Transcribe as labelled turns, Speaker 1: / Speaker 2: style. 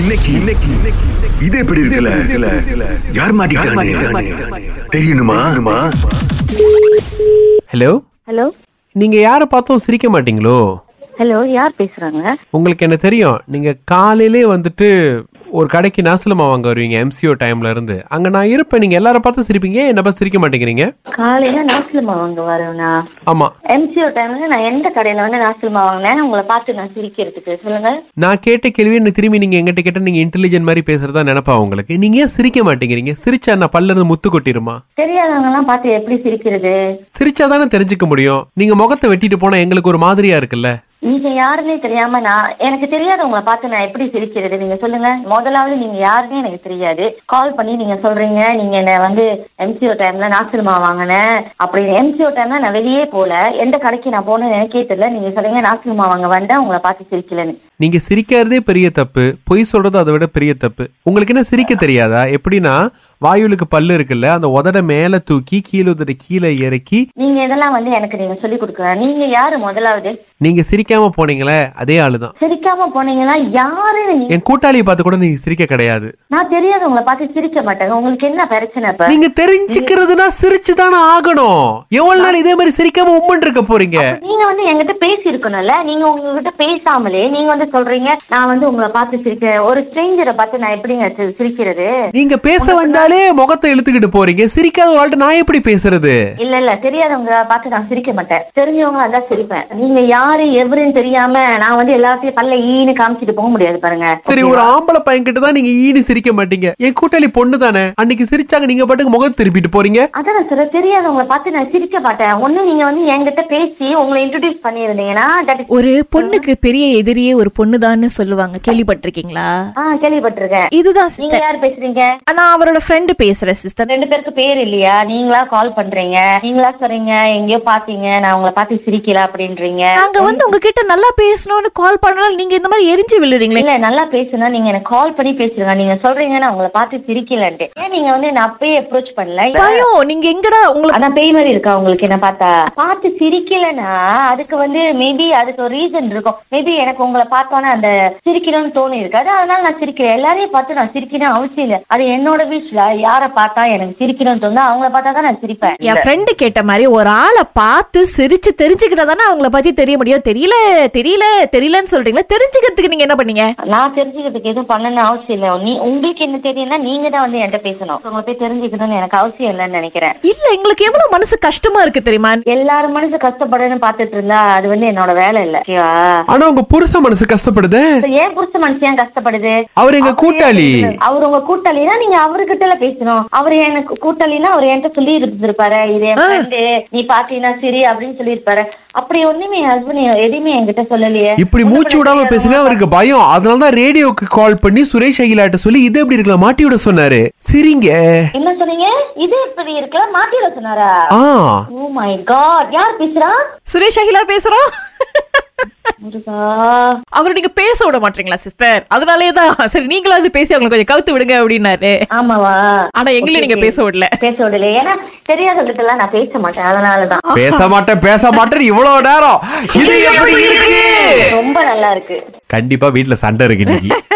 Speaker 1: இன்னைக்கு இன்னைக்கு இது எப்படி இருக்குல்ல யார் மாட்டிக்கிட்டானே தெரியணுமா
Speaker 2: ஹலோ
Speaker 3: ஹலோ
Speaker 2: நீங்க யாரை பார்த்தும் சிரிக்க மாட்டீங்களோ
Speaker 3: ஹலோ யார் பேசுறாங்க
Speaker 2: உங்களுக்கு என்ன தெரியும் நீங்க காலையிலே வந்துட்டு ஒரு கடைக்கு நாசலமா வாங்க வருவீங்க எம்சிஓ டைம்ல இருந்து அங்க நான் இருப்பேன் நீங்க எல்லாரை பார்த்து சிரிப்பீங்க என்ன பார்த்து சிரிக்க மாட்டேங்கிறீங்க
Speaker 3: காலையில நாசிலுமா வாங்க வரேண்ணா
Speaker 2: ஆமா
Speaker 3: எம்சிஓ டைம்ல நான் எந்த கடையில வந்து நாசிலுமா வாங்கினேன் உங்களை பார்த்து நான் சிரிக்கிறதுக்கு சொல்லுங்க
Speaker 2: நான் கேட்ட கேள்வி என்ன திரும்பி நீங்க எங்கிட்ட கேட்ட நீங்க இன்டெலிஜென்ட் மாதிரி பேசுறதா நினைப்பா உங்களுக்கு நீங்க ஏன் சிரிக்க மாட்டேங்கிறீங்க சிரிச்சா நான் பல்ல இருந்து முத்து கொட்டிருமா
Speaker 3: தெரியாதவங்கலாம் பார்த்து எப்படி சிரிக்கிறது
Speaker 2: சிரிச்சா தானே தெரிஞ்சுக்க முடியும் நீங்க முகத்தை வெட்டிட்டு போனா எங்களுக்கு ஒரு மாதிரியா இருக்குல்ல
Speaker 3: நீங்க யாருன்னே தெரியாம நான் எனக்கு தெரியாத உங்களை பார்த்து நான் எப்படி சிரிக்கிறது நீங்க சொல்லுங்க முதலாவது நீங்க யாருன்னே எனக்கு தெரியாது கால் பண்ணி நீங்க சொல்றீங்க நீங்க என்ன வந்து எம்சிஓ டைம்ல நாசிலுமா வாங்கினேன் அப்படின்னு எம்சிஓ டைம்ல நான் வெளியே போல எந்த கடைக்கு நான் போனேன்னு எனக்கே தெரியல நீங்க சொல்றீங்க நாசிலுமா வாங்க வந்தேன் உங்களை பார்த்து சிரிக்கலன்னு
Speaker 2: நீங்க சிரிக்கிறதே பெரிய தப்பு பொய் சொல்றது அதை விட பெரிய தப்பு உங்களுக்கு என்ன சிரிக்க தெரியாதா எப்படின்னா வாயுலுக்கு பல்லு இருக்குல்ல அந்த உதட மேல தூக்கி கீழே உதட கீழே இறக்கி
Speaker 3: நீங்க இதெல்லாம் வந்து எனக்கு நீங்க சொல்லி கொடுக்கல நீங்க யாரு முதலாவது
Speaker 2: நீங்க சிரிக்காம போனீங்களே அதே ஆளுதான்
Speaker 3: சிரிக்காம போனீங்கன்னா யாருன்னு நீ-
Speaker 2: என் கூட்டாளியை பார்த்து கூட நீங்க சிரிக்க கிடையாது
Speaker 3: நான் தெரியாதவங்களை பார்த்து சிரிக்க மாட்டேங்க உங்களுக்கு என்ன பிரச்சனை இப்ப
Speaker 2: நீங்க தெரிஞ்சுக்கிறதுனா சிரிச்சு தானே ஆகணும் எவ்வளவு நாள் இதே மாதிரி சிரிக்காம உம்மன் இருக்க போறீங்க
Speaker 3: நீங்க வந்து என்கிட்ட பேசி இருக்கணும்ல நீங்க உங்ககிட்ட பேசாமலே நீங்க வந்து சொல்றீங்க நான் வந்து உங்களை பார்த்து சிரிக்க ஒரு ஸ்ட்ரேஞ்சரை பார்த்து நான் எப்படிங்க சி- சிரிக்கிறது
Speaker 2: நீங்க பேச வந்தாலே முகத்தை இழுத்துக்கிட்டு போறீங்க சிரிக்காத ஒரு ஆள்கிட்ட நான் எப்படி பேசுறது
Speaker 3: இல்ல இல்ல தெரியாதவங்க பார்த்து நான் சிரிக்க மாட்டேன் தெரிஞ்சவங்க தான் சிரிப்பேன் நீங்க யாரு எவருன்னு தெரியாம நான் வந்து எல்லாத்தையும் பல்ல ஈன்னு காமிச்சிட்டு போக முடியாது பாருங்க
Speaker 2: சரி ஒரு ஆம்பளை பையன் கிட்ட தான் நீங்க ஈடு சிரிக்க மாட்டீங்க என் கூட்டாளி பொண்ணு தானே அன்னைக்கு சிரிச்சாங்க நீங்க பாட்டுக்கு முகத்தை திருப்பிட்டு போறீங்க
Speaker 3: அதான் நான் சொல்ல தெரியாதவங்களை பார்த்து நான் சிரிக்க மாட்டேன் ஒண்ணு நீங்க வந்து என்கிட்ட பேசி உங்களை இன்ட்ரடியூஸ் பண்ணியிருந்தீங்கன்னா that is-
Speaker 4: ஒரு பொண்ணுக்கு பெரிய எதிரியே ஒரு பொண்ணுதான்னு சொல்லுவாங்க கேள்விப்பட்டிருக்கீங்களா
Speaker 3: ஆ கேள்விப்பட்டிருக்கேன்
Speaker 4: இதுதான்
Speaker 3: நீங்க
Speaker 4: சிஸ்டர்
Speaker 3: யார் பேசுறீங்க
Speaker 4: நான் அவரோட ஃப்ரெண்டு பேசுறேன் சிஸ்டர்
Speaker 3: ரெண்டு பேருக்கு பேர் இல்லையா நீங்களா கால் பண்றீங்க நீங்களா சொல்றீங்க எங்கேயோ பாத்தீங்க நான் உங்களை பார்த்து சிரிக்கல அப்படின்றீங்க
Speaker 4: நாங்க வந்து உங்ககிட்ட நல்லா பேசணும்னு கால் பண்ணனால நீங்க இந்த மாதிரி எரிஞ்சு விழுறீங்களே
Speaker 3: இல்ல நல்லா பேசுனா நீங்க எனக்கு கால் பண்ணி பேசுங்க நீங்க சொல்றீங்க நான் உங்களை பார்த்து சிரிக்கலன்ட்டு ஏன் நீங்க வந்து என்ன அப்பயே அப்ரோச் பண்ணல
Speaker 4: பயம் நீங்க எங்கடா உங்களுக்கு
Speaker 3: அதான் பேய் மாதிரி இருக்கா உங்களுக்கு என்ன பார்த்தா பார்த்து சிரிக்கலன்னா அதுக்கு வந்து மேபி அதுக்கு ஒரு ரீசன் இருக்கும் மேபி எனக்கு உங்களை பார்த்தோன்னே அந்த சிரிக்கணும்னு தோணி இருக்காது அதனால நான் சிரிக்கிறேன் எல்லாரையும் பார்த்து நான் சிரிக்கணும் அவசியம் இல்லை அது என்னோட வீச்சுல யாரை பார்த்தா எனக்கு சிரிக்கணும்னு தோணுதோ அவங்கள பார்த்தா தான் நான் சிரிப்பேன்
Speaker 4: என் ஃப்ரெண்டு கேட்ட மாதிரி ஒரு ஆளை பார்த்து சிரிச்சு தெரிஞ்சுக்கிட்டா தானே அவங்கள பத்தி தெரிய முடியும் தெரியல தெரியல தெரியலன்னு சொல்றீங்களா தெரிஞ்சுக்கிறதுக்கு நீங்க என்ன பண்ணீங்க
Speaker 3: நான் தெரிஞ்சுக்கிறதுக்கு எதுவும் பண்ணணும்னு அவசியம் இல்லை நீ உங்களுக்கு என்ன தெரியும்னா நீங்க தான் வந்து என்கிட்ட பேசணும் உங்களை போய் தெரிஞ்சுக்கணும்னு எனக்கு அவசியம் இல்லைன்னு நினைக்கிறேன்
Speaker 4: இல்ல எங்களுக்கு எவ்வளவு மனசு கஷ்டமா இருக்கு தெரியுமா
Speaker 3: எல்லாரும் மனசு கஷ்டப்படணும்னு பார்த்துட்டு இருந்தா அது வந்து என்னோட வேலை இல்லை ஓகேவா
Speaker 2: ஆனா உங்க புருஷ மனசு கஷ்டப்படுதே
Speaker 3: இப்ப ஏன் புருஷ மனசு ஏன் கஷ்டப்படுது
Speaker 2: அவர் எங்க கூட்டாளி
Speaker 3: அவர் உங்க கூட்டாளினா நீங்க அவர்கிட்ட எல்லாம் பேசணும் அவர் எனக்கு கூட்டாளினா அவர் என்கிட்ட சொல்லி இருந்திருப்பாரு இது என் ஃப்ரெண்டு நீ பாத்தீங்கன்னா சரி அப்படின்னு சொல்லி இருப்பாரு அப்படி ஒண்ணுமே என் ஹஸ்பண்ட் எதையுமே என்கிட்ட சொல்லலையே
Speaker 2: இப்படி மூச்சு விடாம பேசினா அவருக்கு பயம் அதனால தான் ரேடியோக்கு கால் பண்ணி சுரேஷ் அகிலாட்ட சொல்லி இது எப்படி இருக்கலாம் மாட்டி விட சொன்னாரு சிரிங்க
Speaker 3: என்ன சொன்னீங்க இது இப்படி இருக்கல மாட்டிட சொன்னாரா
Speaker 2: ஆ
Speaker 3: ஓ மை காட் யார் பேசுறா
Speaker 4: சுரேஷ் அகிலா பேசுறோம்
Speaker 3: முருகா
Speaker 4: அவர் நீங்க பேச விட மாட்டீங்களா சிஸ்டர் அதனாலே தான் சரி நீங்களாவது பேசி அவங்களை கொஞ்சம் கவுத்து விடுங்க அப்படின்னாரு
Speaker 3: ஆமாவா
Speaker 4: ஆனா எங்களையும் நீங்க
Speaker 3: Okay,
Speaker 4: பேச விடல.
Speaker 3: பேச விடல ஏன்னா தெரியாதவங்கிட்ட எல்லாம் நான் பேச மாட்டேன் அதனாலதான்
Speaker 2: பேச மாட்டேன் பேச மாட்டேன் இவ்வளவு நேரம் இது எப்படி இருக்கு
Speaker 3: ரொம்ப நல்லா இருக்கு
Speaker 2: கண்டிப்பா வீட்டுல சண்டை இருக்கு இன்னைக்கு